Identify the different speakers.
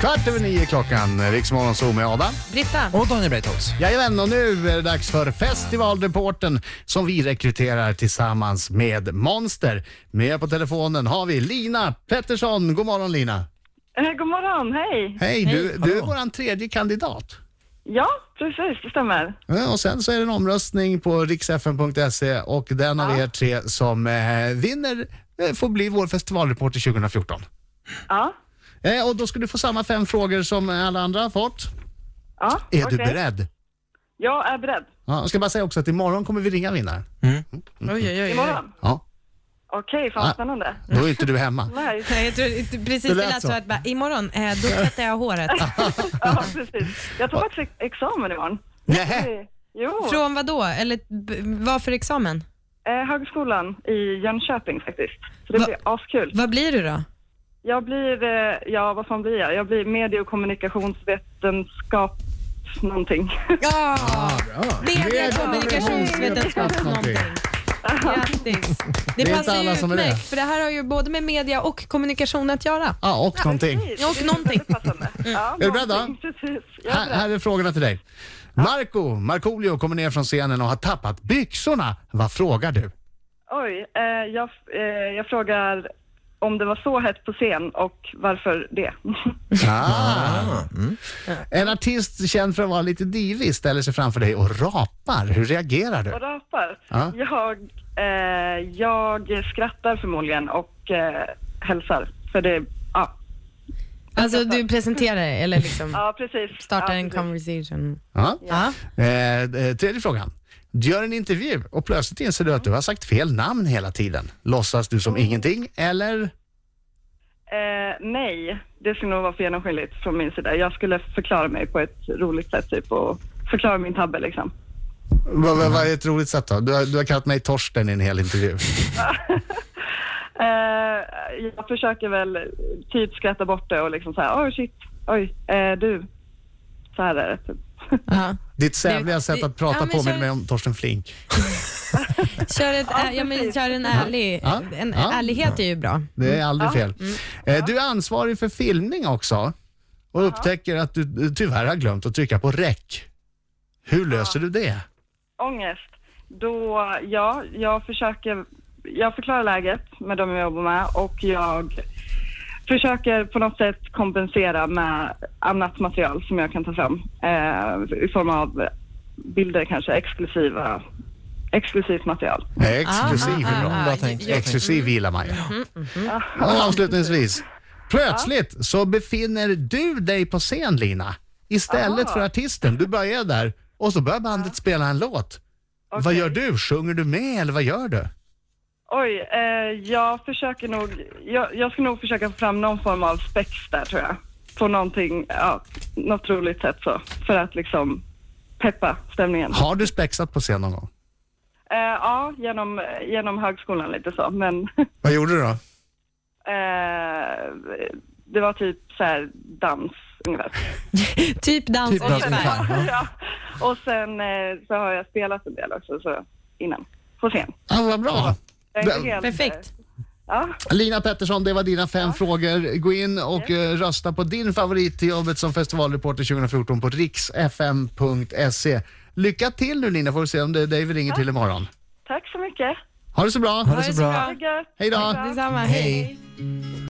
Speaker 1: Kvart över nio är klockan, Riksmorgon Zoo med Adam.
Speaker 2: Britta,
Speaker 3: Och Daniel Breitholtz.
Speaker 1: Jajamän, och nu är det dags för Festivalreporten som vi rekryterar tillsammans med Monster. Med på telefonen har vi Lina Pettersson. God morgon Lina.
Speaker 4: Eh, God morgon, hej!
Speaker 1: Hej, du, du är
Speaker 3: Hallå.
Speaker 1: vår tredje kandidat.
Speaker 4: Ja, precis, det stämmer.
Speaker 1: Ja, Och sen så är det en omröstning på riksfn.se E och den av er tre som eh, vinner eh, får bli vår festivalreporter 2014.
Speaker 4: Ja,
Speaker 1: Eh, och då ska du få samma fem frågor som alla andra har fått.
Speaker 4: ja
Speaker 1: Är du
Speaker 4: okej.
Speaker 1: beredd?
Speaker 4: Jag är beredd.
Speaker 1: Ja, jag ska bara säga också att imorgon kommer vi ringa vinnaren.
Speaker 2: oj oj oj. oj.
Speaker 4: Imorgon.
Speaker 1: Ja,
Speaker 4: Okej, fan
Speaker 1: Eh, Ah.
Speaker 4: vad spännande.
Speaker 1: då är inte du hemma.
Speaker 4: Nice.
Speaker 2: Nej, jag tror, inte-
Speaker 1: Det
Speaker 2: precis, det
Speaker 1: lät
Speaker 2: lät
Speaker 1: så.
Speaker 2: så att bara, imorgon, eh, då tvättar jag håret.
Speaker 4: Ja, precis.
Speaker 1: Ah.
Speaker 4: Jag tar faktiskt examen imorgon. Eh,
Speaker 1: Nej.
Speaker 4: Jo,
Speaker 2: Från vad då? Eller b- vad för examen?
Speaker 4: eh, högskolan i Jönköping faktiskt. Så det
Speaker 2: Va-
Speaker 4: blir askul.
Speaker 2: Vad blir du då?
Speaker 4: Jag blir, eh, ja vad fan blir jag? Jag blir medie och kommunikationsvetenskap någonting.
Speaker 2: Ja,
Speaker 1: Ah, bra.
Speaker 2: medie och kommunikationsvetenskap någonting. Grattis. Det,
Speaker 1: inte
Speaker 2: passar ju
Speaker 1: alla som är det.
Speaker 2: utmärkt, för det här har ju både med media och kommunikation att göra.
Speaker 1: Ja, Ah, och någonting.
Speaker 4: Precis,
Speaker 2: Och
Speaker 4: det är
Speaker 2: någonting. Mm.
Speaker 4: väldigt passande. Ja,
Speaker 1: du beredd, då?
Speaker 4: någonting, Precis, jag är
Speaker 1: Här,
Speaker 4: beredd.
Speaker 1: här är frågorna till dig. Marco, Markoolio kommer ner från scenen och har tappat byxorna. Vad frågar du?
Speaker 4: Oj, eh, jag, eh, jag frågar om det var så hett på scen och varför det.
Speaker 1: Ah. En artist känd för att vara lite divig ställer sig framför dig och rapar. Hur reagerar du?
Speaker 4: och rapar.
Speaker 1: Ja.
Speaker 4: Jag, eh, jag skrattar förmodligen och eh, hälsar. För det, ja.
Speaker 2: Alltså du presenterar dig, eller liksom
Speaker 4: ja, precis.
Speaker 2: startar
Speaker 4: ja,
Speaker 2: en
Speaker 4: precis.
Speaker 2: conversation.
Speaker 1: Ja.
Speaker 2: Ja.
Speaker 1: Eh, eh, tredje frågan. Du gör en intervju och plötsligt inser du att du har sagt fel namn hela tiden. Låtsas du som ingenting eller?
Speaker 4: Eh, nej, det skulle nog vara för genomskinligt från min sida. Jag skulle förklara mig på ett roligt sätt typ och förklara min tabbe liksom.
Speaker 1: Vad vad- vad är ett roligt sätt då? Du har, du har kallat mig Torsten i en hel intervju.
Speaker 4: Eh, jag försöker väl typ skratta bort det och liksom så här, oj shit, oj, eh, du. Så här är det typ.
Speaker 2: Ja.
Speaker 1: Ditt sävliga
Speaker 2: Det-
Speaker 1: sätt
Speaker 2: det-
Speaker 1: att prata
Speaker 2: ja, men
Speaker 1: påminner
Speaker 2: kör-
Speaker 1: mig om Torsten Flink.
Speaker 2: Kör, ett, ä- ja, men, kör en ärlig...
Speaker 1: Ja.
Speaker 2: En
Speaker 1: Ja.
Speaker 2: ärlighet är ju bra.
Speaker 1: Det är aldrig fel.
Speaker 2: Mm.
Speaker 1: Eh, Du är ansvarig för filmning också och upptäcker att du du tyvärr har glömt att trycka på räck. Hur löser du det?
Speaker 4: Ångest. Då, ja, jag försöker, jag förklarar läget med de jag jobbar med och jag försöker på något sätt kompensera med annat material som jag kan ta fram eh, i form av bilder kanske, exklusiva, exklusivt material.
Speaker 2: Ah,
Speaker 1: Exklusiv är bra.
Speaker 3: ah, Bra tänkt.
Speaker 2: ju- ju-
Speaker 1: Exklusiv gillar man ju.
Speaker 2: Mm,
Speaker 1: Och avslutningsvis, plötsligt så befinner du dig på scen Lina, istället
Speaker 4: Aha.
Speaker 1: för artisten. Du börjar där och så börjar bandet spela en låt. Vad
Speaker 4: Okej.
Speaker 1: gör du? Sjunger du med eller vad gör du?
Speaker 4: Oj, eh, jag försöker nog, jag, jag ska nog försöka få fram någon form av spex där tror jag. På någonting, ja, något roligt sätt så. För att liksom peppa stämningen.
Speaker 1: Har du spexat på scen någon gång?
Speaker 4: Eh, ja, genom, genom högskolan lite så, men
Speaker 1: Vad gjorde du då?
Speaker 4: eh, det var typ så här dans ungefär.
Speaker 2: Typ dans
Speaker 3: Typ dans
Speaker 2: ungefär.
Speaker 3: ungefär. Ja.
Speaker 4: ja. Och sen eh, så har jag spelat en del också så, innan, på scen.
Speaker 1: Ah, vad bra.
Speaker 4: Jag är inte
Speaker 1: Det-
Speaker 4: helt, eh,
Speaker 2: Perfekt.
Speaker 4: Ja,
Speaker 1: Lina Pettersson, det var dina fem frågor. Gå in och eh, rösta på din favorit till jobbet som festivalreporter 2014 på riksfm.se. E. Lycka till nu Lina, får vi se om det är dig vi ringer till imorgon.
Speaker 4: tack så mycket.
Speaker 1: Ha det så bra.
Speaker 3: det så bra.
Speaker 4: Ha det gött.
Speaker 1: Hej då.
Speaker 4: Tack.
Speaker 2: Detsamma. Hej.
Speaker 3: Hej.